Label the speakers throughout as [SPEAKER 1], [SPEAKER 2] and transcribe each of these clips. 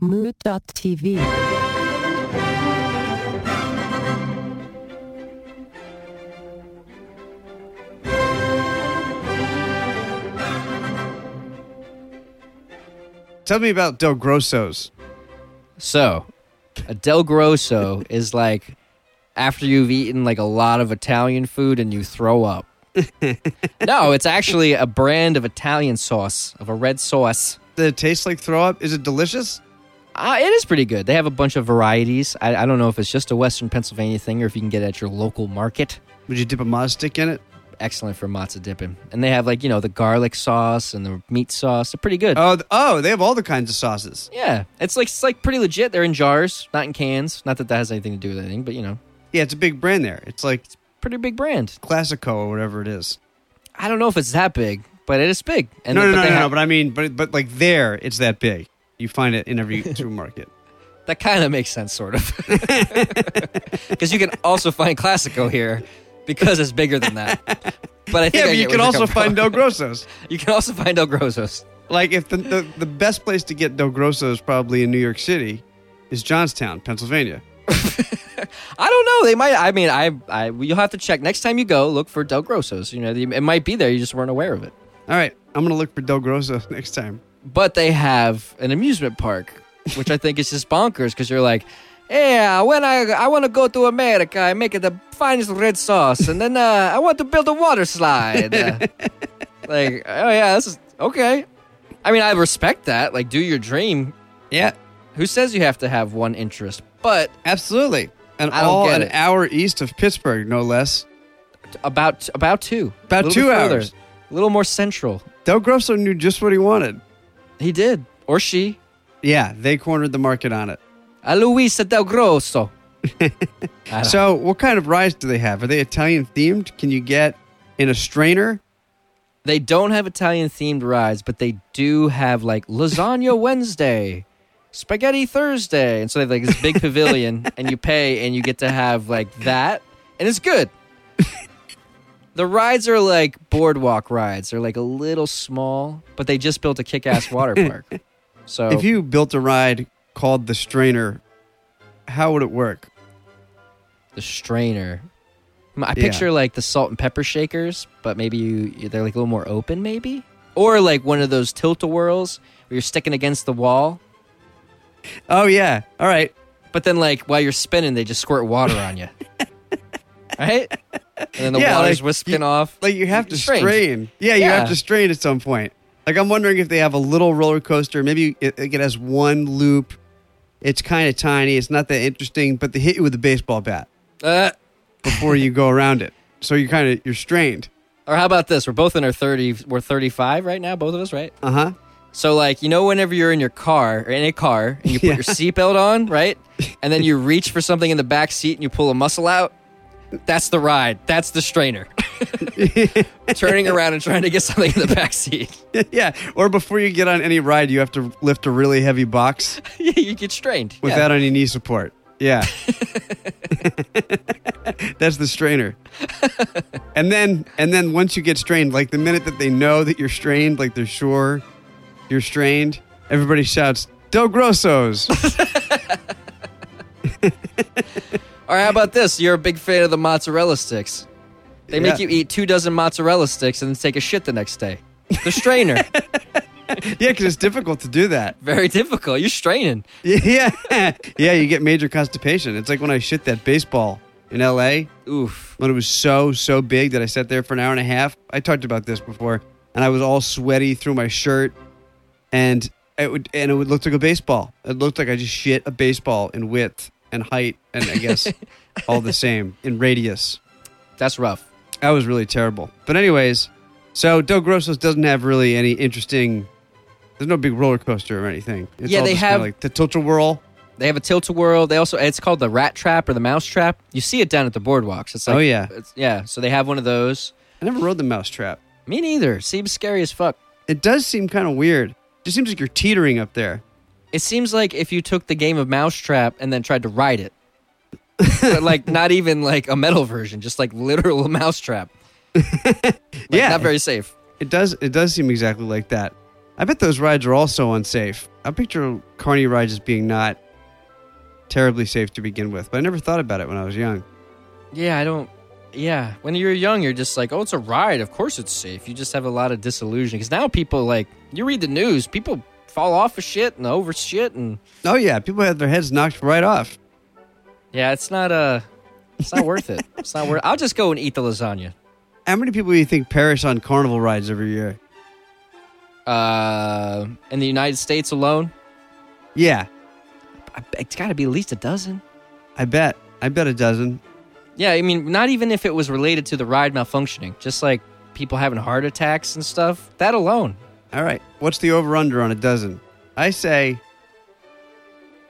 [SPEAKER 1] Mood.tv.
[SPEAKER 2] Tell me about Del Grosso's.
[SPEAKER 3] So, a Del Grosso is like after you've eaten like a lot of Italian food and you throw up. no, it's actually a brand of Italian sauce, of a red sauce.
[SPEAKER 2] Does it taste like throw up? Is it delicious?
[SPEAKER 3] Uh, it is pretty good. They have a bunch of varieties. I, I don't know if it's just a Western Pennsylvania thing or if you can get it at your local market.
[SPEAKER 2] Would you dip a mozz stick in it?
[SPEAKER 3] Excellent for matzo dipping. And they have like, you know, the garlic sauce and the meat sauce. They're pretty good.
[SPEAKER 2] Oh, th- oh, they have all the kinds of sauces.
[SPEAKER 3] yeah. It's like it's like pretty legit. They're in jars, not in cans. Not that that has anything to do with anything, but you know,
[SPEAKER 2] Yeah, it's a big brand there. It's like
[SPEAKER 3] pretty big brand.
[SPEAKER 2] Classico or whatever it is.
[SPEAKER 3] I don't know if it's that big, but it is big. And
[SPEAKER 2] no, no,
[SPEAKER 3] but
[SPEAKER 2] no,
[SPEAKER 3] they
[SPEAKER 2] no,
[SPEAKER 3] have-
[SPEAKER 2] no. But I mean, but but like there, it's that big. You find it in every supermarket.
[SPEAKER 3] That kind of makes sense, sort of. Because you can also find Classico here because it's bigger than that. But I
[SPEAKER 2] Yeah, but
[SPEAKER 3] think I get
[SPEAKER 2] you
[SPEAKER 3] where
[SPEAKER 2] can
[SPEAKER 3] you're
[SPEAKER 2] also
[SPEAKER 3] coming from.
[SPEAKER 2] find Del Grosso's.
[SPEAKER 3] You can also find El Grosos.
[SPEAKER 2] Like if the, the the best place to get Del Grosso's probably in New York City, is Johnstown, Pennsylvania.
[SPEAKER 3] I don't know. They might. I mean, I, I. You'll have to check next time you go. Look for Del Grossos. You know, it might be there. You just weren't aware of it.
[SPEAKER 2] All right, I'm gonna look for Del Grosso next time.
[SPEAKER 3] But they have an amusement park, which I think is just bonkers. Because you're like, yeah, when I I want to go to America, I make it the finest red sauce, and then uh, I want to build a water slide. Uh, like, oh yeah, this is okay. I mean, I respect that. Like, do your dream.
[SPEAKER 2] Yeah,
[SPEAKER 3] Who says you have to have one interest? But
[SPEAKER 2] absolutely. And
[SPEAKER 3] I don't
[SPEAKER 2] all
[SPEAKER 3] get
[SPEAKER 2] an
[SPEAKER 3] it.
[SPEAKER 2] hour east of Pittsburgh, no less.
[SPEAKER 3] about about two,
[SPEAKER 2] About
[SPEAKER 3] A little
[SPEAKER 2] two
[SPEAKER 3] bit further,
[SPEAKER 2] hours.
[SPEAKER 3] a little more central.
[SPEAKER 2] Del Grosso knew just what he wanted.
[SPEAKER 3] He did. Or she.
[SPEAKER 2] Yeah, they cornered the market on it.
[SPEAKER 3] A Luisa del Grosso. I don't-
[SPEAKER 2] So, what kind of rice do they have? Are they Italian themed? Can you get in a strainer?
[SPEAKER 3] they don't have Italian themed rides, but they do have like lasagna Wednesday, spaghetti Thursday. And so they have like this big pavilion and you pay and you get to have like that. And it's good. the rides are like boardwalk rides. They're like a little small, but they just built a kick ass water park. So
[SPEAKER 2] If you built a ride called the strainer, how would it work?
[SPEAKER 3] the strainer. I
[SPEAKER 2] Yeah.
[SPEAKER 3] picture like the salt and pepper shakers, but maybe you you- they're like a little more open, maybe, or like one of those tilt a whirls where you're sticking against the wall,
[SPEAKER 2] Oh, yeah. All right.
[SPEAKER 3] but then like while you're spinning, they just squirt water on you, right? And then the
[SPEAKER 2] Yeah,
[SPEAKER 3] water's
[SPEAKER 2] like,
[SPEAKER 3] whisking
[SPEAKER 2] you-
[SPEAKER 3] off.
[SPEAKER 2] Like you have to
[SPEAKER 3] Strange.
[SPEAKER 2] strain. Yeah, you
[SPEAKER 3] Yeah.
[SPEAKER 2] have to strain at some point. Like I'm wondering if they have a little roller coaster. Maybe it, like, it has one loop. It's kind of tiny. It's not that interesting, but they hit you with a baseball bat
[SPEAKER 3] Uh,
[SPEAKER 2] before you go around it. So you're kind of you're strained.
[SPEAKER 3] or how about this? We're both in our thirty. We're thirty-five right now, both of us, right?
[SPEAKER 2] Uh huh.
[SPEAKER 3] So like you know, whenever you're in your car or in a car and you put
[SPEAKER 2] Yeah.
[SPEAKER 3] your seatbelt on, right, and then you reach for something in the back seat and you pull a muscle out, that's the ride. That's the strainer. Turning around and trying to get something in the back seat,
[SPEAKER 2] yeah. Or before you get on any ride, you have to lift a really heavy box
[SPEAKER 3] you get strained. Yeah.
[SPEAKER 2] without any knee support. Yeah. That's the strainer. and then and then once you get strained, like the minute that they know that you're strained, like they're sure you're strained, everybody shouts, Del Grosso's.
[SPEAKER 3] Or how about this? You're a big fan of the mozzarella sticks. They make
[SPEAKER 2] Yeah.
[SPEAKER 3] you eat two dozen mozzarella sticks and then take a shit the next day. The strainer,
[SPEAKER 2] yeah, because it's difficult to do that.
[SPEAKER 3] very difficult. You're straining.
[SPEAKER 2] Yeah. Yeah, you get major constipation. It's like when I shit that baseball in LA.
[SPEAKER 3] Oof.
[SPEAKER 2] when it was so so big that I sat there for an hour and a half. I talked about this before, and I was all sweaty through my shirt, and it would and it would look like a baseball. It looked like I just shit a baseball in width and height, and I guess all the same in radius.
[SPEAKER 3] That's rough.
[SPEAKER 2] That was really terrible. But anyways, so Del Grosso's doesn't have really any interesting. There's no big roller coaster or anything. It's
[SPEAKER 3] Yeah,
[SPEAKER 2] all
[SPEAKER 3] they
[SPEAKER 2] just kinda
[SPEAKER 3] have-
[SPEAKER 2] like the tilt a whirl.
[SPEAKER 3] They have a tilt a whirl. They also it's called the rat trap or the mouse trap. You see it down at the boardwalks. It's like
[SPEAKER 2] Oh, yeah.
[SPEAKER 3] it's, yeah. So they have one of those.
[SPEAKER 2] I never rode the mousetrap.
[SPEAKER 3] Me neither. Seems scary as fuck.
[SPEAKER 2] It does seem kind of weird. It just seems like you're teetering up there.
[SPEAKER 3] It seems like if you took the game of mousetrap and then tried to ride it, but like not even like a metal version, just like literal mousetrap. Like,
[SPEAKER 2] yeah,
[SPEAKER 3] not very safe.
[SPEAKER 2] It does. It does seem exactly like that. I bet those rides are also unsafe. I picture carny rides as being not terribly safe to begin with, but I never thought about it when I was young.
[SPEAKER 3] Yeah, I don't. Yeah, when you're young, you're just like, oh, it's a ride. Of course it's safe. You just have a lot of disillusion because now people like you read the news, people fall off of shit and over shit, and
[SPEAKER 2] Oh yeah, people had their heads knocked right off.
[SPEAKER 3] yeah, it's not uh it's not worth it. It's not worth. I'll just go and eat the lasagna.
[SPEAKER 2] How many people do you think perish on carnival rides every year?
[SPEAKER 3] Uh, in the United States alone,
[SPEAKER 2] Yeah,
[SPEAKER 3] I- it's got to be at least a dozen.
[SPEAKER 2] I bet. I bet a dozen.
[SPEAKER 3] Yeah, I mean, not even if it was related to the ride malfunctioning, just like people having heart attacks and stuff. That alone,
[SPEAKER 2] All right. What's the over under on a dozen? I say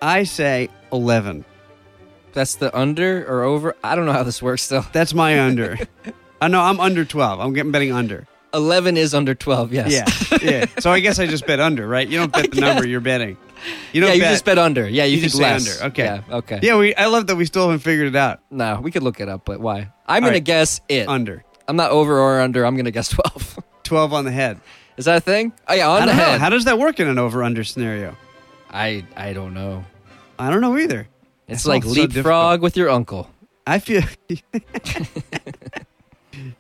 [SPEAKER 2] I say 11.
[SPEAKER 3] that's the under or over. I don't know how this works though.
[SPEAKER 2] That's my under. I know I'm under 12. I'm getting betting under.
[SPEAKER 3] Eleven is under twelve. Yes.
[SPEAKER 2] Yeah. Yeah. So I guess I just bet under, right? You don't bet the number you're betting. You don't
[SPEAKER 3] yeah, you
[SPEAKER 2] bet.
[SPEAKER 3] just bet under. Yeah, you,
[SPEAKER 2] You
[SPEAKER 3] think
[SPEAKER 2] just say
[SPEAKER 3] less.
[SPEAKER 2] under. Okay.
[SPEAKER 3] Yeah, okay.
[SPEAKER 2] yeah, we I love that we still haven't figured it out.
[SPEAKER 3] No, we could look it up, but why? I'm
[SPEAKER 2] All
[SPEAKER 3] gonna
[SPEAKER 2] right.
[SPEAKER 3] guess it.
[SPEAKER 2] Under.
[SPEAKER 3] I'm not over or under. I'm gonna guess twelve.
[SPEAKER 2] 12 on the head.
[SPEAKER 3] is that a thing? Oh yeah, on
[SPEAKER 2] I
[SPEAKER 3] the
[SPEAKER 2] don't know.
[SPEAKER 3] head.
[SPEAKER 2] How does that work in an over under scenario?
[SPEAKER 3] I I don't know.
[SPEAKER 2] I don't know either.
[SPEAKER 3] It's
[SPEAKER 2] That
[SPEAKER 3] like
[SPEAKER 2] sounds so
[SPEAKER 3] leapfrog with your uncle.
[SPEAKER 2] I feel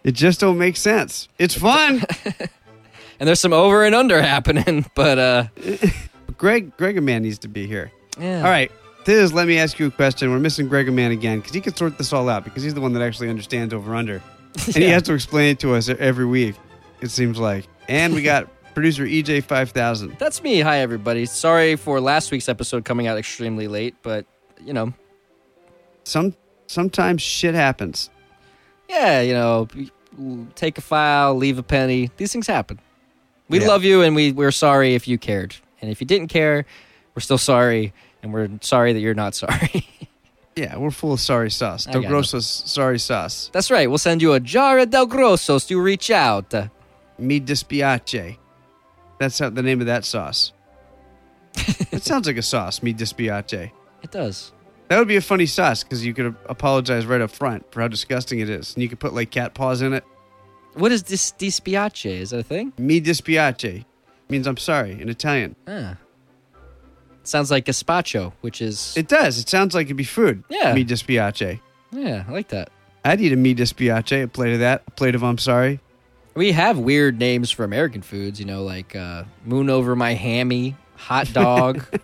[SPEAKER 2] It just don't make sense. It's fun.
[SPEAKER 3] And there's some over and under happening, but uh
[SPEAKER 2] Greg Greg a man needs to be here.
[SPEAKER 3] yeah.
[SPEAKER 2] All right. This is let me ask you a question. We're missing Greg Man again because he can sort this all out because he's the one that actually understands over under. And he
[SPEAKER 3] Yeah.
[SPEAKER 2] has to explain it to us every week, it seems like. And we got producer E EJ5000.
[SPEAKER 3] That's me. Hi everybody. Sorry for last week's episode coming out extremely late, but you know,
[SPEAKER 2] Some, sometimes shit happens.
[SPEAKER 3] yeah, you know, take a file, leave a penny. These things happen. We
[SPEAKER 2] Yeah.
[SPEAKER 3] love you, and we we're sorry if you cared, and if you didn't care, we're still sorry, and we're sorry that you're not sorry.
[SPEAKER 2] Yeah, we're full of sorry sauce.
[SPEAKER 3] I
[SPEAKER 2] Del
[SPEAKER 3] got
[SPEAKER 2] Grosso's sorry sauce.
[SPEAKER 3] That's right. We'll send you a jar of Del Grosso so you reach out. Uh,
[SPEAKER 2] Mi dispiace. That's how, the name of that sauce. that sounds like a sauce, mi dispiace.
[SPEAKER 3] It does.
[SPEAKER 2] That would be a funny sauce because you could apologize right up front for how disgusting it is. And you could put like cat paws in it.
[SPEAKER 3] What is this dispiace? Is that a thing?
[SPEAKER 2] Mi dispiace means I'm sorry in Italian.
[SPEAKER 3] Ah. Sounds like gazpacho, which is
[SPEAKER 2] It does. It sounds like it'd be food.
[SPEAKER 3] Yeah.
[SPEAKER 2] Mi dispiace.
[SPEAKER 3] yeah, I like that.
[SPEAKER 2] I'd eat a mi dispiace, a plate of that, a plate of I'm sorry.
[SPEAKER 3] We have weird names for American foods, you know, like uh, moon over my hammy, hot dog. you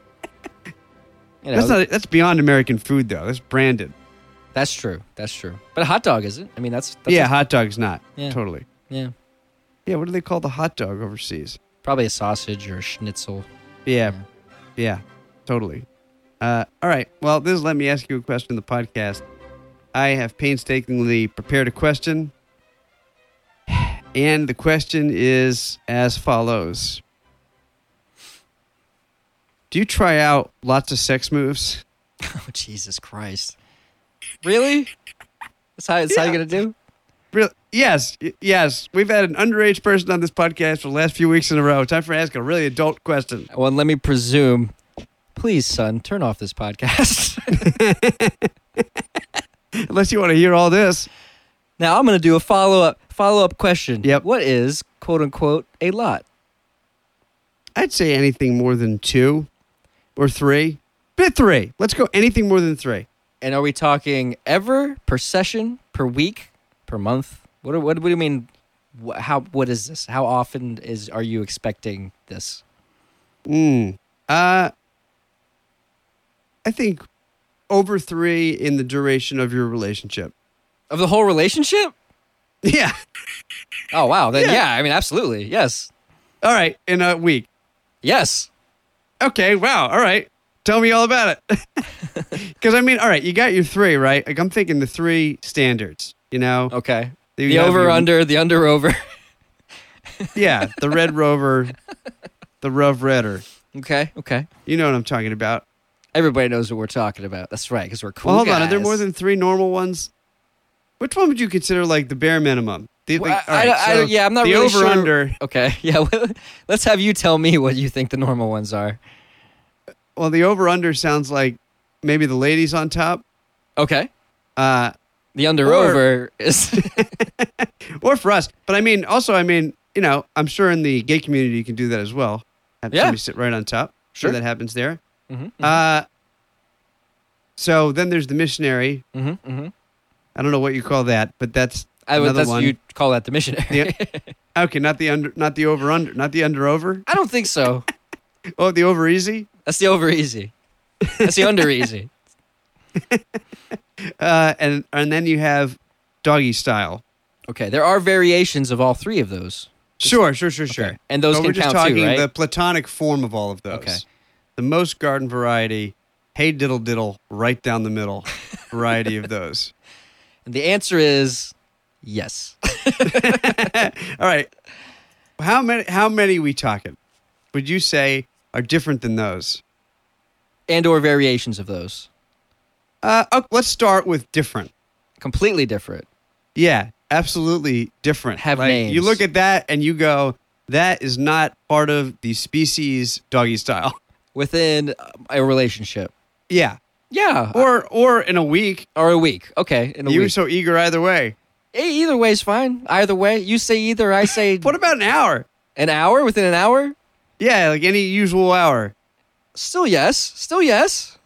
[SPEAKER 3] know,
[SPEAKER 2] That's not. That's beyond American food though. That's branded.
[SPEAKER 3] That's true. That's true. But a hot dog isn't. I mean, that's, that's
[SPEAKER 2] yeah, hot dog's not.
[SPEAKER 3] Yeah.
[SPEAKER 2] Totally.
[SPEAKER 3] yeah.
[SPEAKER 2] Yeah. What do they call the hot dog overseas?
[SPEAKER 3] Probably a sausage or a schnitzel.
[SPEAKER 2] Yeah.
[SPEAKER 3] Yeah.
[SPEAKER 2] Yeah. totally. Uh, all right. Well, this is let me ask you a question. in The podcast. I have painstakingly prepared a question, and the question is as follows: Do you try out lots of sex moves?
[SPEAKER 3] Oh Jesus Christ! Really? That's how. That's how you're gonna do?
[SPEAKER 2] Real Yes, y- yes. We've had an underage person on this podcast for the last few weeks in a row. Time for asking a really adult question.
[SPEAKER 3] Well, let me presume. Please, son, turn off this podcast.
[SPEAKER 2] Unless you want to hear all this.
[SPEAKER 3] now I'm gonna do a follow up follow up question.
[SPEAKER 2] Yep.
[SPEAKER 3] What is quote unquote a lot?
[SPEAKER 2] I'd say anything more than two or three. Bit three. Let's go anything more than three.
[SPEAKER 3] And are we talking ever per session per week per month? What do- what, what do you mean? Wh- How what is this? How often is are you expecting this?
[SPEAKER 2] Mm. Uh, I think over three in the duration of your relationship.
[SPEAKER 3] Of the whole relationship?
[SPEAKER 2] Yeah.
[SPEAKER 3] Oh wow! Then
[SPEAKER 2] Yeah.
[SPEAKER 3] yeah. I mean, absolutely, yes,
[SPEAKER 2] All right. In a week.
[SPEAKER 3] yes.
[SPEAKER 2] Okay. Wow. All right. Tell me all about it. Because I mean, all right, you got your three, right? Like I'm thinking the three standards. You know,
[SPEAKER 3] Okay.
[SPEAKER 2] You
[SPEAKER 3] the
[SPEAKER 2] have
[SPEAKER 3] over
[SPEAKER 2] your-
[SPEAKER 3] under, the under over.
[SPEAKER 2] yeah, the Red Rover, the Rev Redder.
[SPEAKER 3] okay. Okay.
[SPEAKER 2] You know what I'm talking about.
[SPEAKER 3] Everybody knows what we're talking about. That's right, because we're cool.
[SPEAKER 2] Well, hold on. Are
[SPEAKER 3] guys.
[SPEAKER 2] there more than three normal ones? Which one would you consider like the bare minimum? The,
[SPEAKER 3] Well,
[SPEAKER 2] like,
[SPEAKER 3] I-
[SPEAKER 2] all
[SPEAKER 3] I
[SPEAKER 2] right,
[SPEAKER 3] don't- I
[SPEAKER 2] so
[SPEAKER 3] don't- yeah, I'm not
[SPEAKER 2] the
[SPEAKER 3] really
[SPEAKER 2] over
[SPEAKER 3] sure.
[SPEAKER 2] under.
[SPEAKER 3] Okay. Yeah. Well, let's have you tell me what you think the normal ones are.
[SPEAKER 2] Well, the over under sounds like maybe the ladies on top,
[SPEAKER 3] Okay.
[SPEAKER 2] uh,
[SPEAKER 3] The under
[SPEAKER 2] Or-
[SPEAKER 3] over is
[SPEAKER 2] or for us. But I mean, also, I mean, you know, I'm sure in the gay community you can do that as well. Have
[SPEAKER 3] Yeah.
[SPEAKER 2] somebody sit right on top. Sure,
[SPEAKER 3] Sure.
[SPEAKER 2] that happens there.
[SPEAKER 3] Mm-hmm.
[SPEAKER 2] Uh, so then there's the missionary.
[SPEAKER 3] Mm-hmm. Mm-hmm.
[SPEAKER 2] I don't know what you call that, but that's
[SPEAKER 3] I would.
[SPEAKER 2] Another
[SPEAKER 3] That's
[SPEAKER 2] one.
[SPEAKER 3] you call that the missionary.
[SPEAKER 2] okay. Not the under, not the over under, not the under over.
[SPEAKER 3] I don't think so.
[SPEAKER 2] Oh, the over easy.
[SPEAKER 3] That's the over easy. That's the under easy.
[SPEAKER 2] Uh, and and then you have doggy style.
[SPEAKER 3] Okay, there are variations of all three of those.
[SPEAKER 2] Sure, sure, sure, sure.
[SPEAKER 3] And those
[SPEAKER 2] but
[SPEAKER 3] can
[SPEAKER 2] we're just
[SPEAKER 3] count too,
[SPEAKER 2] talking
[SPEAKER 3] right?
[SPEAKER 2] the platonic form of all of those.
[SPEAKER 3] Okay.
[SPEAKER 2] The most garden variety, hey diddle diddle, right down the middle variety of those.
[SPEAKER 3] And the answer is yes.
[SPEAKER 2] All right. How many how many we talking? Would you say are different than those?
[SPEAKER 3] and or variations of those.
[SPEAKER 2] Uh, ok- let's start with different.
[SPEAKER 3] Completely different.
[SPEAKER 2] Yeah, absolutely different.
[SPEAKER 3] Have
[SPEAKER 2] like,
[SPEAKER 3] names.
[SPEAKER 2] You look at that and you go, that is not part of the species doggy style.
[SPEAKER 3] Within uh, a relationship.
[SPEAKER 2] Yeah.
[SPEAKER 3] Yeah.
[SPEAKER 2] Or
[SPEAKER 3] Or,
[SPEAKER 2] or in a week.
[SPEAKER 3] a week. Okay. In Uh, a
[SPEAKER 2] you were
[SPEAKER 3] week.
[SPEAKER 2] so eager either way.
[SPEAKER 3] E- either way is fine. Either way. You say either. I say
[SPEAKER 2] What about an hour?
[SPEAKER 3] an hour. Within an hour.
[SPEAKER 2] Yeah, like any usual hour.
[SPEAKER 3] Still yes. Still yes.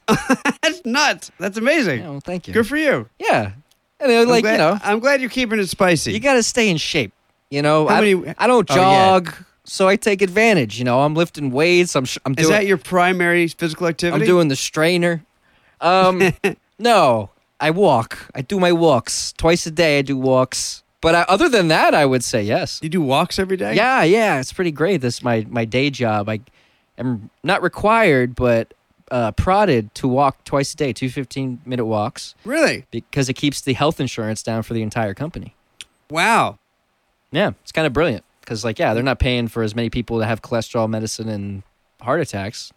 [SPEAKER 2] That's nuts. That's amazing.
[SPEAKER 3] Yeah, well, thank you.
[SPEAKER 2] Good for you.
[SPEAKER 3] yeah. And uh,
[SPEAKER 2] I'm
[SPEAKER 3] like,
[SPEAKER 2] glad,
[SPEAKER 3] you know,
[SPEAKER 2] I'm glad you're keeping it spicy.
[SPEAKER 3] you got to stay in shape. You know,
[SPEAKER 2] How
[SPEAKER 3] I,
[SPEAKER 2] many-
[SPEAKER 3] I don't
[SPEAKER 2] Oh, yeah.
[SPEAKER 3] jog, so I take advantage. You know, I'm lifting weights. I'm, sh- I'm
[SPEAKER 2] is
[SPEAKER 3] doing.
[SPEAKER 2] that your primary physical activity?
[SPEAKER 3] I'm doing the strainer. Um, no, I walk. I do my walks twice a day. I do walks. But I, other than that, I would say yes.
[SPEAKER 2] You do walks every day?
[SPEAKER 3] Yeah, yeah, it's pretty great. This my my day job. I am not required, but uh, prodded to walk twice a day, two 15 minute walks,
[SPEAKER 2] Really?
[SPEAKER 3] because it keeps the health insurance down for the entire company.
[SPEAKER 2] Wow.
[SPEAKER 3] Yeah, it's kind of brilliant because, like, yeah, they're not paying for as many people to have cholesterol medicine and heart attacks.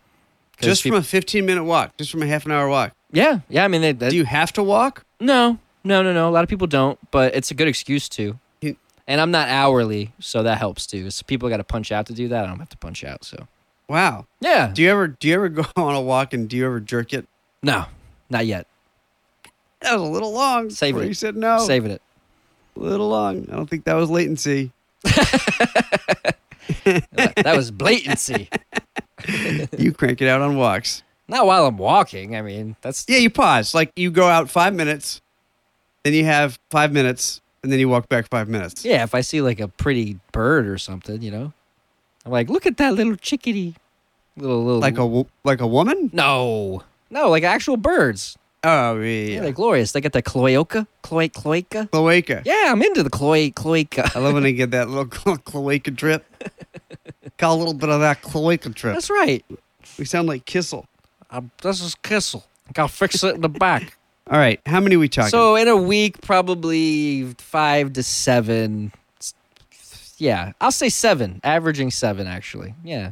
[SPEAKER 3] 'Cause
[SPEAKER 2] Just
[SPEAKER 3] peop-
[SPEAKER 2] from a 15 minute walk, just from a half an hour walk.
[SPEAKER 3] yeah, yeah. I mean, they, that,
[SPEAKER 2] Do you have to walk?
[SPEAKER 3] No, no, no, no. A lot of people don't, but it's a good excuse to.
[SPEAKER 2] You-
[SPEAKER 3] And I'm not hourly, so that helps too. So people got to punch out to do that. I don't have to punch out, so
[SPEAKER 2] Wow.
[SPEAKER 3] yeah.
[SPEAKER 2] Do you ever do you ever go on a walk and do you ever jerk it?
[SPEAKER 3] no, not yet.
[SPEAKER 2] That was a little long.
[SPEAKER 3] Save
[SPEAKER 2] before
[SPEAKER 3] it.
[SPEAKER 2] You said no.
[SPEAKER 3] Saving it.
[SPEAKER 2] A little long. I don't think that was latency.
[SPEAKER 3] That was blatancy.
[SPEAKER 2] you crank it out on walks.
[SPEAKER 3] not while I'm walking. I mean, that's
[SPEAKER 2] Yeah, you pause. Like you go out five minutes, then you have five minutes, and then you walk back five minutes.
[SPEAKER 3] yeah. If I see like a pretty bird or something, you know, I'm like, look at that little chickadee, little little
[SPEAKER 2] Like a wo- like a woman?
[SPEAKER 3] no, no, like actual birds.
[SPEAKER 2] Oh
[SPEAKER 3] Yeah,
[SPEAKER 2] yeah.
[SPEAKER 3] they're glorious. They got the cloaca, cloaca, cloaca.
[SPEAKER 2] cloaca.
[SPEAKER 3] Yeah, I'm into the cloaca, cloaca.
[SPEAKER 2] I love when I get that little clo- cloaca drip. Got a little bit of that cloaca drip.
[SPEAKER 3] That's right.
[SPEAKER 2] We sound like Kissel.
[SPEAKER 3] i this is Kissel. I gotta fix it in the back.
[SPEAKER 2] All right, how many we talking?
[SPEAKER 3] so in a week, probably five to seven. S- Yeah, I'll say seven, averaging seven actually. Yeah.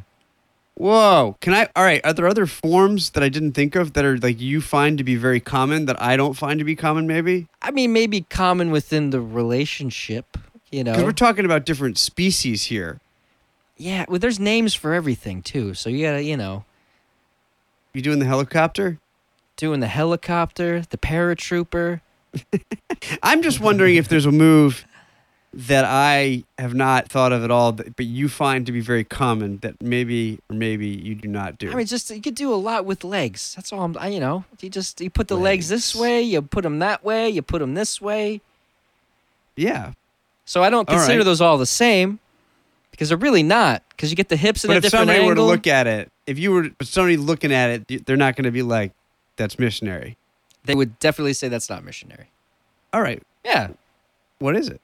[SPEAKER 2] Whoa! Can I? All right. Are there other forms that I didn't think of that are like you find to be very common that I don't find to be common? Maybe
[SPEAKER 3] I mean, maybe common within the relationship, you
[SPEAKER 2] because
[SPEAKER 3] know.
[SPEAKER 2] we're talking about different species here.
[SPEAKER 3] yeah, well, there's names for everything too. So you gotta, you know,
[SPEAKER 2] You doing the helicopter?
[SPEAKER 3] doing the helicopter, the paratrooper.
[SPEAKER 2] I'm just wondering if there's a move that I have not thought of at all, that, but you find to be very common that maybe or maybe you do not do.
[SPEAKER 3] I mean, just you could do a lot with legs. That's all I'm. I, you know, you just you put the legs this
[SPEAKER 2] Legs.
[SPEAKER 3] way, you put them that way, you put them this way.
[SPEAKER 2] yeah,
[SPEAKER 3] So I don't
[SPEAKER 2] All
[SPEAKER 3] consider
[SPEAKER 2] right.
[SPEAKER 3] those all the same because they're really not. Because you get the hips in
[SPEAKER 2] but
[SPEAKER 3] a
[SPEAKER 2] if
[SPEAKER 3] different
[SPEAKER 2] somebody
[SPEAKER 3] angle.
[SPEAKER 2] were to look at it, if you were but somebody looking at it, you- they're not going to be like, "That's missionary."
[SPEAKER 3] they would definitely say that's not missionary.
[SPEAKER 2] All right,
[SPEAKER 3] Yeah,
[SPEAKER 2] what is it?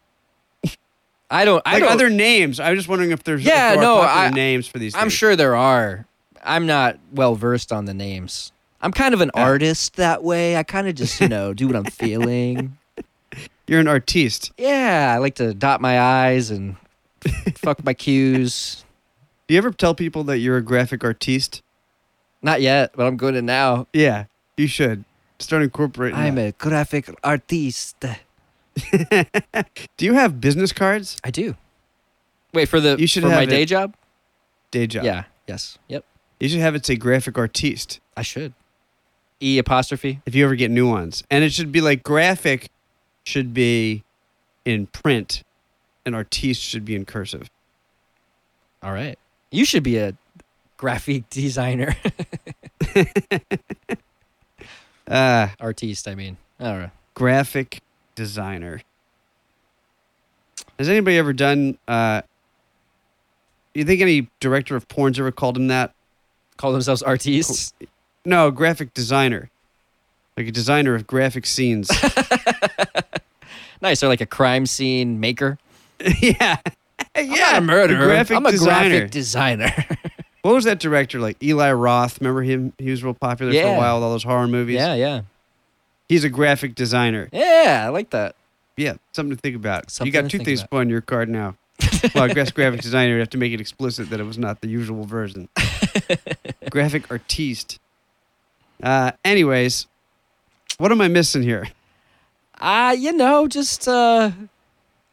[SPEAKER 3] I don't. I
[SPEAKER 2] Like
[SPEAKER 3] don't.
[SPEAKER 2] other names. I was just wondering if there's if
[SPEAKER 3] Yeah,
[SPEAKER 2] there are
[SPEAKER 3] no,
[SPEAKER 2] popular
[SPEAKER 3] I-
[SPEAKER 2] names for these.
[SPEAKER 3] I'm
[SPEAKER 2] things.
[SPEAKER 3] sure there are. I'm not well versed on the names. I'm kind of an artist that way. I kind of just you know do what I'm feeling.
[SPEAKER 2] you're an artiste.
[SPEAKER 3] Yeah, I like to dot my I's and fuck my Q's.
[SPEAKER 2] Do you ever tell people that you're a graphic artiste?
[SPEAKER 3] Not yet, but I'm good at now.
[SPEAKER 2] Yeah, you should start incorporating.
[SPEAKER 3] I'm
[SPEAKER 2] that.
[SPEAKER 3] a graphic artiste.
[SPEAKER 2] Do you have business cards?
[SPEAKER 3] I do. Wait for the
[SPEAKER 2] You should
[SPEAKER 3] for my
[SPEAKER 2] have it-
[SPEAKER 3] day job.
[SPEAKER 2] Day job.
[SPEAKER 3] Yeah. Yes. Yep.
[SPEAKER 2] You should have it say graphic artiste
[SPEAKER 3] I should. E apostrophe.
[SPEAKER 2] if you ever get new ones. And it should be like graphic should be in print and artiste should be in cursive.
[SPEAKER 3] All right. You should be a graphic designer
[SPEAKER 2] Uh,
[SPEAKER 3] artiste. I mean, I don't know.
[SPEAKER 2] graphic designer. Has anybody ever done? Uh, you think any director of porn's ever called him that?
[SPEAKER 3] Call themselves artistes.
[SPEAKER 2] No, graphic designer, like a designer of graphic scenes.
[SPEAKER 3] Nice. Or like a crime scene maker.
[SPEAKER 2] yeah, yeah.
[SPEAKER 3] I'm not a murderer.
[SPEAKER 2] graphic
[SPEAKER 3] I'm a
[SPEAKER 2] designer.
[SPEAKER 3] graphic designer.
[SPEAKER 2] what was that director like? Eli Roth. Remember him? He was real popular for
[SPEAKER 3] Yeah.
[SPEAKER 2] a while with all those horror movies.
[SPEAKER 3] yeah, yeah,
[SPEAKER 2] He's a graphic designer.
[SPEAKER 3] yeah. I like that.
[SPEAKER 2] Yeah, something to think about.
[SPEAKER 3] Something
[SPEAKER 2] you got
[SPEAKER 3] to
[SPEAKER 2] two
[SPEAKER 3] think
[SPEAKER 2] things
[SPEAKER 3] about.
[SPEAKER 2] on your card now. well, I guess graphic designer would have to make it explicit that it was not the usual version. graphic artiste. Uh, anyways, what am I missing here?
[SPEAKER 3] Uh, you know, just uh,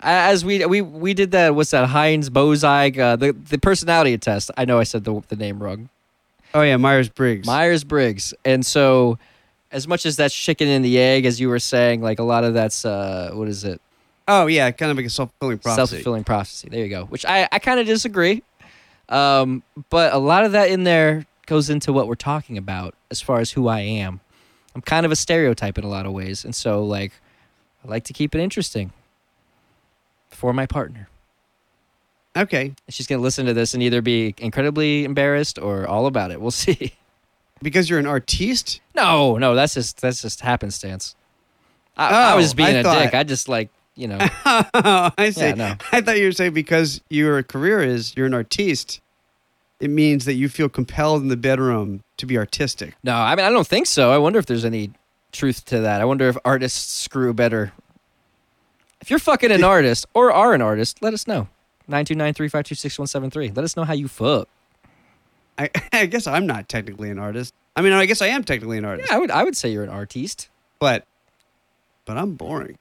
[SPEAKER 3] as we we we did that. What's that? Heinz Bozig, uh, the the personality test. I know I said the the name wrong.
[SPEAKER 2] Oh yeah, Myers Briggs.
[SPEAKER 3] Myers Briggs. And so, as much as that's chicken and the egg, as you were saying, like a lot of that's uh, what is it?
[SPEAKER 2] oh yeah, kind of like a self fulfilling
[SPEAKER 3] Self
[SPEAKER 2] prophecy.
[SPEAKER 3] fulfilling prophecy. There you go. Which I I kind of disagree. Um, but a lot of that in there goes into what we're talking about as far as who I am. I'm kind of a stereotype in a lot of ways, and so like I like to keep it interesting for my partner.
[SPEAKER 2] Okay,
[SPEAKER 3] She's gonna listen to this and either be incredibly embarrassed or all about it. We'll see.
[SPEAKER 2] because you're an artiste.
[SPEAKER 3] No, no, that's just that's just happenstance. I, I
[SPEAKER 2] Oh,
[SPEAKER 3] was being
[SPEAKER 2] I
[SPEAKER 3] a
[SPEAKER 2] thought-
[SPEAKER 3] dick. I just like you know.
[SPEAKER 2] I see.
[SPEAKER 3] Yeah, no.
[SPEAKER 2] I thought you were saying because your career is you're an artiste. It means that you feel compelled in the bedroom to be artistic.
[SPEAKER 3] no, I mean I don't think so. I wonder if there's any truth to that. I wonder if artists screw better. If you're fucking an artist or are an artist, let us know. Nine two nine three five two six one seven three. Let us know how you fuck.
[SPEAKER 2] I, I guess I'm not technically an artist. I mean, I guess I am technically an artist,
[SPEAKER 3] Yeah, I would I would say you're an artiste.
[SPEAKER 2] but but I'm boring.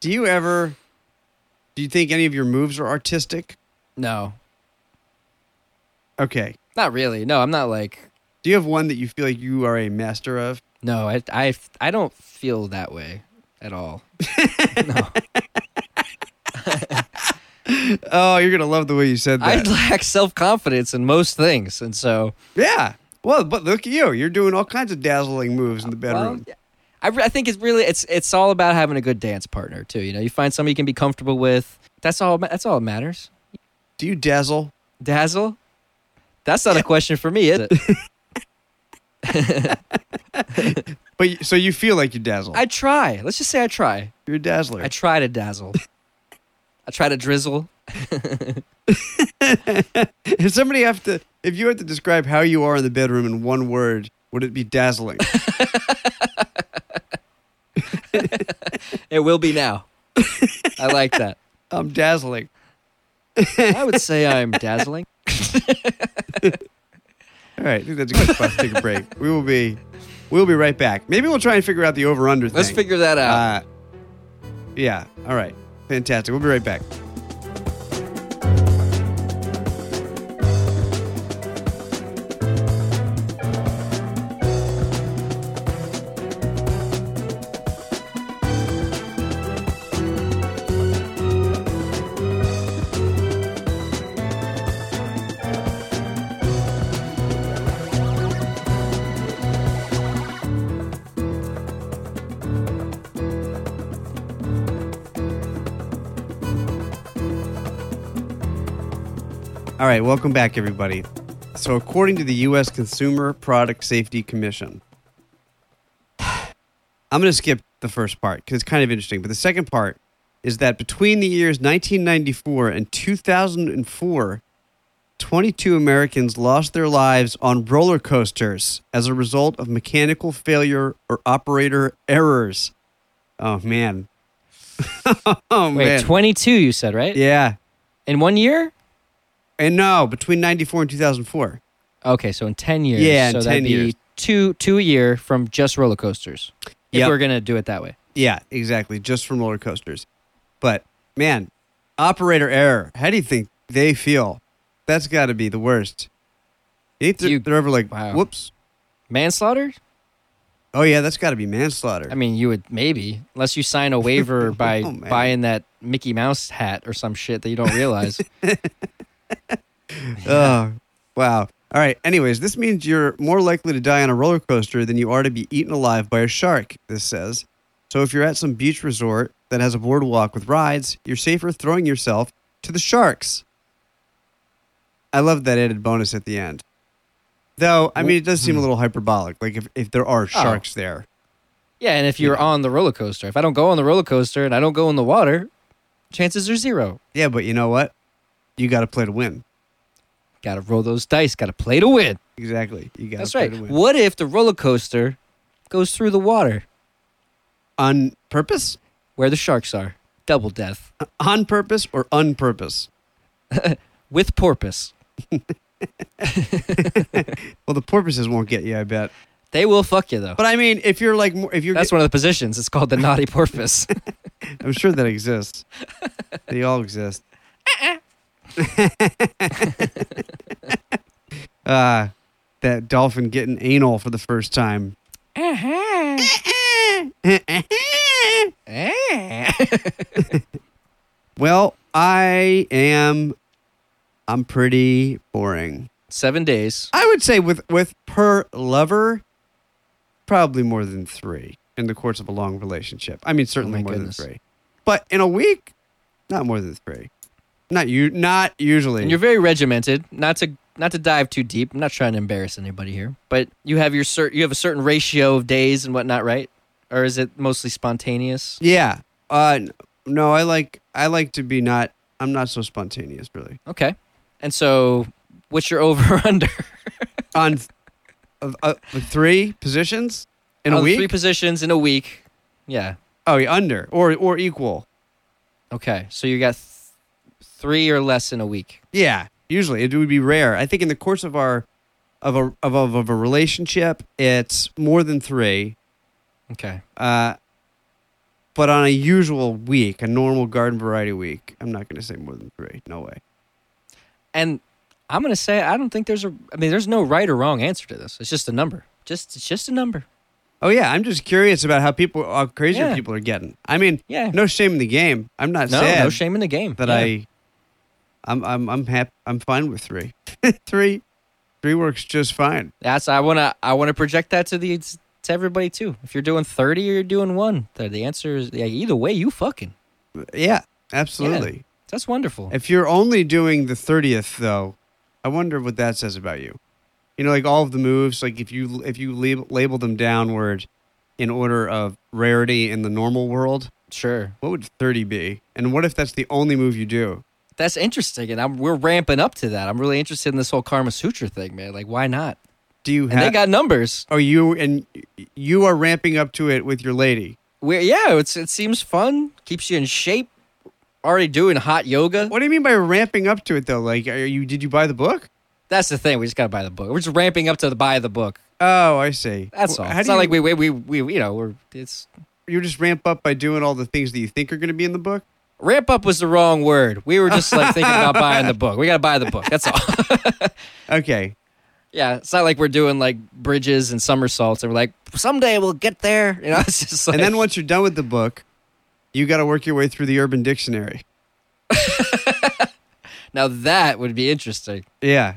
[SPEAKER 2] Do you ever? Do you think any of your moves are artistic?
[SPEAKER 3] No,
[SPEAKER 2] Okay.
[SPEAKER 3] not really. No, I'm not like
[SPEAKER 2] Do you have one that you feel like you are a master of?
[SPEAKER 3] no. I I I don't feel that way at all. no.
[SPEAKER 2] Oh, you're gonna love the way you said
[SPEAKER 3] I
[SPEAKER 2] that.
[SPEAKER 3] lack self confidence in most things, and so
[SPEAKER 2] yeah. Well, but look at you. You're doing all kinds of dazzling moves in the bedroom.
[SPEAKER 3] Uh, Well, I, re- I think it's really it's it's all about having a good dance partner too. You know, you find somebody you can be comfortable with. That's all. That's all that matters.
[SPEAKER 2] Do you dazzle?
[SPEAKER 3] Dazzle. That's not a question for me, is it?
[SPEAKER 2] But you- so you feel like you dazzle.
[SPEAKER 3] I try. Let's just say I try.
[SPEAKER 2] you're a dazzler.
[SPEAKER 3] I try to dazzle. I try to drizzle.
[SPEAKER 2] if somebody have to, if you had to describe how you are in the bedroom in one word, would it be dazzling?
[SPEAKER 3] It will be now. I like that.
[SPEAKER 2] I'm dazzling.
[SPEAKER 3] I would say I'm dazzling.
[SPEAKER 2] All right, I think that's a good spot to take a break. We will be, we'll be right back. Maybe we'll try and figure out the over under thing.
[SPEAKER 3] Let's figure that out.
[SPEAKER 2] Uh, yeah. All right. Fantastic. We'll be right back. All right, welcome back, everybody. So, according to the U.S. Consumer Product Safety Commission, I'm going to skip the first part because it's kind of interesting. But the second part is that between the years 1994 and 2004, 22 Americans lost their lives on roller coasters as a result of mechanical failure or operator errors. Oh, man. oh,
[SPEAKER 3] Wait,
[SPEAKER 2] man.
[SPEAKER 3] 22, you said, right?
[SPEAKER 2] yeah.
[SPEAKER 3] In one year?
[SPEAKER 2] And no, between 94 and 2004.
[SPEAKER 3] Okay, so in 10 years.
[SPEAKER 2] Yeah, in
[SPEAKER 3] so
[SPEAKER 2] 10
[SPEAKER 3] that'd be
[SPEAKER 2] years.
[SPEAKER 3] two two a year from just roller coasters. If
[SPEAKER 2] Yep.
[SPEAKER 3] we're going to do it that way.
[SPEAKER 2] Yeah, exactly. Just from roller coasters. But man, operator error. How do you think they feel? That's got to be the worst. You think they're,
[SPEAKER 3] You-
[SPEAKER 2] they're ever like,
[SPEAKER 3] wow.
[SPEAKER 2] whoops.
[SPEAKER 3] Manslaughter?
[SPEAKER 2] Oh, yeah, that's got to be manslaughter.
[SPEAKER 3] I mean, you would maybe, unless you sign a waiver by
[SPEAKER 2] Oh, man.
[SPEAKER 3] buying that Mickey Mouse hat or some shit that you don't realize.
[SPEAKER 2] oh, wow. All right. Anyways, this means you're more likely to die on a roller coaster than you are to be eaten alive by a shark, this says. So if you're at some beach resort that has a boardwalk with rides, you're safer throwing yourself to the sharks. I love that added bonus at the end. Though, I mean, it does seem
[SPEAKER 3] Hmm.
[SPEAKER 2] a little hyperbolic. Like, if, if there
[SPEAKER 3] Oh.
[SPEAKER 2] are sharks there,
[SPEAKER 3] Yeah, and if you're on the roller coaster, if I don't go on the roller coaster and I don't go in the water, chances are zero.
[SPEAKER 2] Yeah, but you know what? You got to play to win.
[SPEAKER 3] Got to roll those dice. Got to play to win.
[SPEAKER 2] Exactly. You got
[SPEAKER 3] That's
[SPEAKER 2] play
[SPEAKER 3] right.
[SPEAKER 2] to win.
[SPEAKER 3] What if the roller coaster goes through the water
[SPEAKER 2] On purpose?
[SPEAKER 3] where the sharks are? Double death
[SPEAKER 2] On purpose or unpurpose?
[SPEAKER 3] with porpoise.
[SPEAKER 2] Well, the porpoises won't get you, I bet.
[SPEAKER 3] They will fuck you though.
[SPEAKER 2] But I mean, if you're like, more- if you're,
[SPEAKER 3] That's one of the positions. It's called the naughty porpoise.
[SPEAKER 2] I'm sure that exists. they all exist. uh, that dolphin getting anal for the first time. Uh-huh. Well, I am. I'm pretty boring.
[SPEAKER 3] Seven days.
[SPEAKER 2] I would say with with per lover, probably more than three in the course of a long relationship. I mean, certainly
[SPEAKER 3] my
[SPEAKER 2] more
[SPEAKER 3] goodness.
[SPEAKER 2] than three, but in a week, not more than three. Not you. Not usually.
[SPEAKER 3] And you're very regimented. Not to not to dive too deep. I'm not trying to embarrass anybody here, but you have your cert. You have a certain ratio of days and whatnot, right? Or is it mostly spontaneous?
[SPEAKER 2] yeah. Uh, n- no, I like I like to be not. I'm not so spontaneous really.
[SPEAKER 3] Okay. And so, what's your over under
[SPEAKER 2] On th- of uh, with three positions in a
[SPEAKER 3] On Three
[SPEAKER 2] week.
[SPEAKER 3] positions in a week. Yeah.
[SPEAKER 2] oh, yeah, under or or equal.
[SPEAKER 3] Okay. So you got th- three or less in a week.
[SPEAKER 2] Yeah, usually it would be rare. I think in the course of our of a of a, of a relationship, it's more than three.
[SPEAKER 3] Okay.
[SPEAKER 2] Uh, but on a usual week, a normal garden variety week, I'm not going to say more than three. No way.
[SPEAKER 3] And I'm gonna say I don't think there's a. I mean, there's no right or wrong answer to this. It's just a number. Just it's just a number.
[SPEAKER 2] Oh yeah, I'm just curious about how people how crazier
[SPEAKER 3] Yeah.
[SPEAKER 2] people are getting. I mean,
[SPEAKER 3] Yeah.
[SPEAKER 2] no shame in the game. I'm not
[SPEAKER 3] No,
[SPEAKER 2] sad
[SPEAKER 3] no shame in the game.
[SPEAKER 2] that
[SPEAKER 3] Yeah.
[SPEAKER 2] I, I'm I'm I'm happy. I'm fine with three. three, three works just fine.
[SPEAKER 3] That's I wanna I wanna project that to the to everybody too. If you're doing thirty or you're doing one, the, the answer is yeah, either way you fucking.
[SPEAKER 2] Yeah,
[SPEAKER 3] Yeah.
[SPEAKER 2] absolutely.
[SPEAKER 3] that's wonderful.
[SPEAKER 2] If you're only doing the 30th though, I wonder what that says about you. You know, like all of the moves, like if you if you label, label them downward in order of rarity in the normal world,
[SPEAKER 3] sure,
[SPEAKER 2] what would 30 be? And what if that's the only move you do?
[SPEAKER 3] that's interesting, and I'm, we're ramping up to that. I'm really interested in this whole Karma Sutra thing, man. Like, why not?
[SPEAKER 2] Do you
[SPEAKER 3] And
[SPEAKER 2] have
[SPEAKER 3] they got numbers.
[SPEAKER 2] Are you and you are ramping up to it with your lady?
[SPEAKER 3] We're, yeah, it's it seems fun. Keeps you in shape. Already doing hot yoga.
[SPEAKER 2] What do you mean by ramping up to it though? Like are you did you buy the book?
[SPEAKER 3] That's the thing. We just gotta buy the book. We're just ramping up to the buy the book.
[SPEAKER 2] Oh, I see.
[SPEAKER 3] That's
[SPEAKER 2] Well,
[SPEAKER 3] all.
[SPEAKER 2] How
[SPEAKER 3] It's
[SPEAKER 2] do
[SPEAKER 3] not
[SPEAKER 2] you,
[SPEAKER 3] like we, we we we you know we're it's
[SPEAKER 2] you just ramp up by doing all the things that you think are going to be in the book?
[SPEAKER 3] Ramp up was the wrong word. We were just like thinking about buying the book. We got to buy the book. That's all.
[SPEAKER 2] Okay.
[SPEAKER 3] yeah, it's not like we're doing like bridges and somersaults and we're like someday we'll get there. You know, it's just like
[SPEAKER 2] And then once you're done with the book, you got to work your way through the Urban Dictionary.
[SPEAKER 3] now that would be interesting.
[SPEAKER 2] Yeah.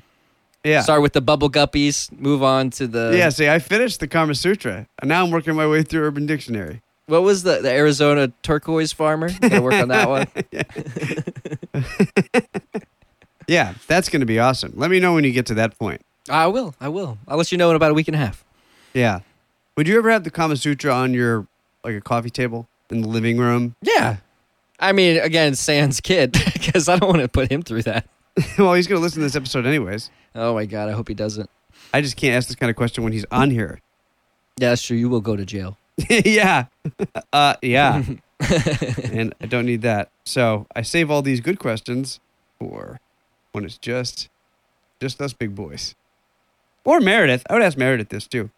[SPEAKER 2] Yeah.
[SPEAKER 3] Start with the bubble guppies, move on to the
[SPEAKER 2] yeah. See, I finished the Kama Sutra, and now I'm working my way through Urban Dictionary.
[SPEAKER 3] What was the, the Arizona turquoise farmer? Got to work on that one.
[SPEAKER 2] Yeah, that's going to be awesome. Let me know when you get to that point.
[SPEAKER 3] I will. I will. I'll let you know in about a week and a half.
[SPEAKER 2] Yeah. Would you ever have the Kama Sutra on your like a coffee table in the living room?
[SPEAKER 3] Yeah. I mean, again, Sans kid, because I don't want to put him through that.
[SPEAKER 2] well, he's going to listen to this episode anyways.
[SPEAKER 3] Oh my god, I hope he doesn't.
[SPEAKER 2] I just can't ask this kind of question when he's on here.
[SPEAKER 3] Yeah, that's true. You will go to jail.
[SPEAKER 2] yeah. Uh, yeah. and I don't need that. So I save all these good questions for when it's just just us big boys. Or Meredith. I would ask Meredith this too.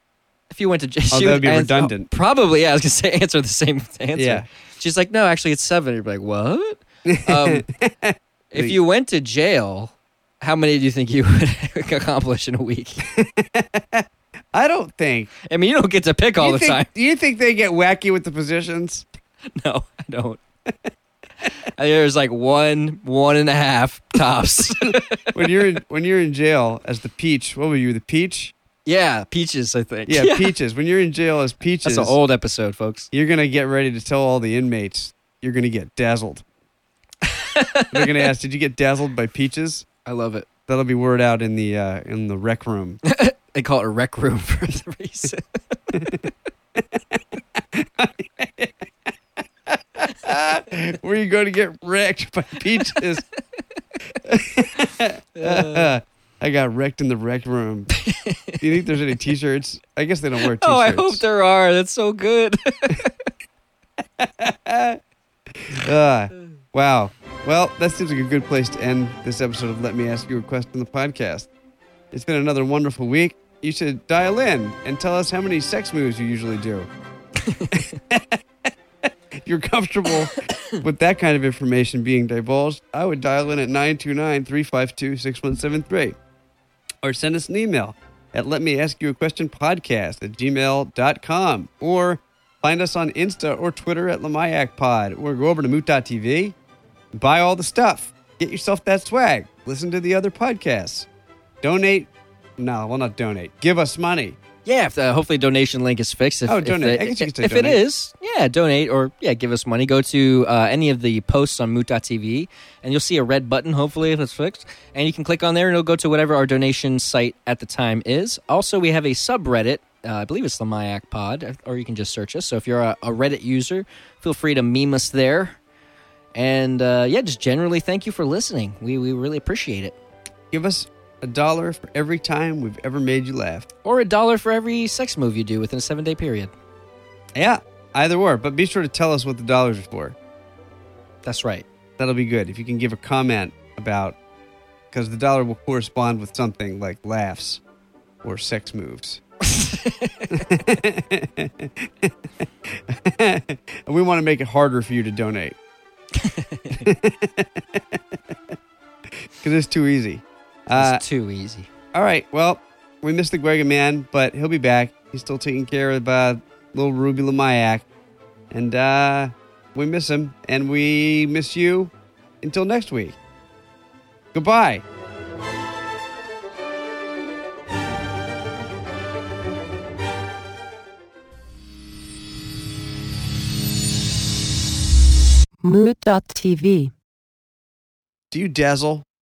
[SPEAKER 3] if you went to jail,
[SPEAKER 2] Oh,
[SPEAKER 3] she
[SPEAKER 2] that would be
[SPEAKER 3] ans-
[SPEAKER 2] redundant.
[SPEAKER 3] oh, probably, yeah. I was gonna say answer the same answer.
[SPEAKER 2] Yeah.
[SPEAKER 3] She's like, no, actually, it's seven. You're like, what? Um, if you went to jail, how many do you think you would accomplish in a week?
[SPEAKER 2] I don't think
[SPEAKER 3] I mean, you don't get to pick all
[SPEAKER 2] you
[SPEAKER 3] the
[SPEAKER 2] think,
[SPEAKER 3] time.
[SPEAKER 2] Do you think they get wacky with the positions?
[SPEAKER 3] No, I don't. And there's like one, one and a half tops.
[SPEAKER 2] when you're in, when you're in jail as the peach, what were you? The peach?
[SPEAKER 3] yeah, peaches. I think.
[SPEAKER 2] Yeah, peaches. When you're in jail as peaches,
[SPEAKER 3] That's an old episode, folks.
[SPEAKER 2] you're gonna get ready to tell all the inmates. You're gonna get dazzled. They're gonna ask, "Did you get dazzled by peaches?"
[SPEAKER 3] I love it.
[SPEAKER 2] That'll be word out in the uh, in the rec room.
[SPEAKER 3] They call it a rec room for the reason.
[SPEAKER 2] Where you going to get wrecked by peaches?
[SPEAKER 3] Uh.
[SPEAKER 2] I got wrecked in the rec room. Do you think there's any T-shirts? I guess they don't wear T-shirts.
[SPEAKER 3] Oh, I hope there are. That's so good.
[SPEAKER 2] Ah, wow. Well, that seems like a good place to end this episode of Let Me Ask You a Question on the podcast. It's been another wonderful week. You should dial in and tell us how many sex moves you usually do. if you're comfortable with that kind of information being divulged, I would dial in at 929 352 6173 or send us an email at let me ask you a question podcast at gmail.com or find us on Insta or Twitter at Lamayak Pod or go over to moot.tv and buy all the stuff. Get yourself that swag. Listen to the other podcasts. Donate. No, well, not donate. Give us money.
[SPEAKER 3] yeah, if the, hopefully donation link is fixed. If,
[SPEAKER 2] Oh,
[SPEAKER 3] if
[SPEAKER 2] donate.
[SPEAKER 3] it-
[SPEAKER 2] I guess you could say
[SPEAKER 3] if
[SPEAKER 2] donate.
[SPEAKER 3] it is, yeah, donate or yeah, give us money. Go to uh, any of the posts on moot.tv and you'll see a red button, hopefully, if it's fixed. And you can click on there and it'll go to whatever our donation site at the time is. Also, we have a subreddit. Uh, I believe it's the Mayak Pod, uh, or you can just search us. So if you're a, a Reddit user, feel free to meme us there. And uh, yeah, just generally thank you for listening. We, we really appreciate it.
[SPEAKER 2] Give us a dollar for every time we've ever made you laugh.
[SPEAKER 3] Or a dollar for every sex move you do within a seven day period.
[SPEAKER 2] Yeah, either or. But be sure to tell us what the dollars are for.
[SPEAKER 3] That's right.
[SPEAKER 2] That'll be good if you can give a comment about because the dollar will correspond with something like laughs or sex moves. and we want to make it harder for you to donate because it's too easy. Uh,
[SPEAKER 3] it's too easy.
[SPEAKER 2] all right, well, we missed the Grega man, but he'll be back. He's still taking care of uh, little Ruby Lamayak, and uh, we miss him, and we miss you. Until next week, goodbye.
[SPEAKER 1] Mood.tv.
[SPEAKER 2] Do you dazzle?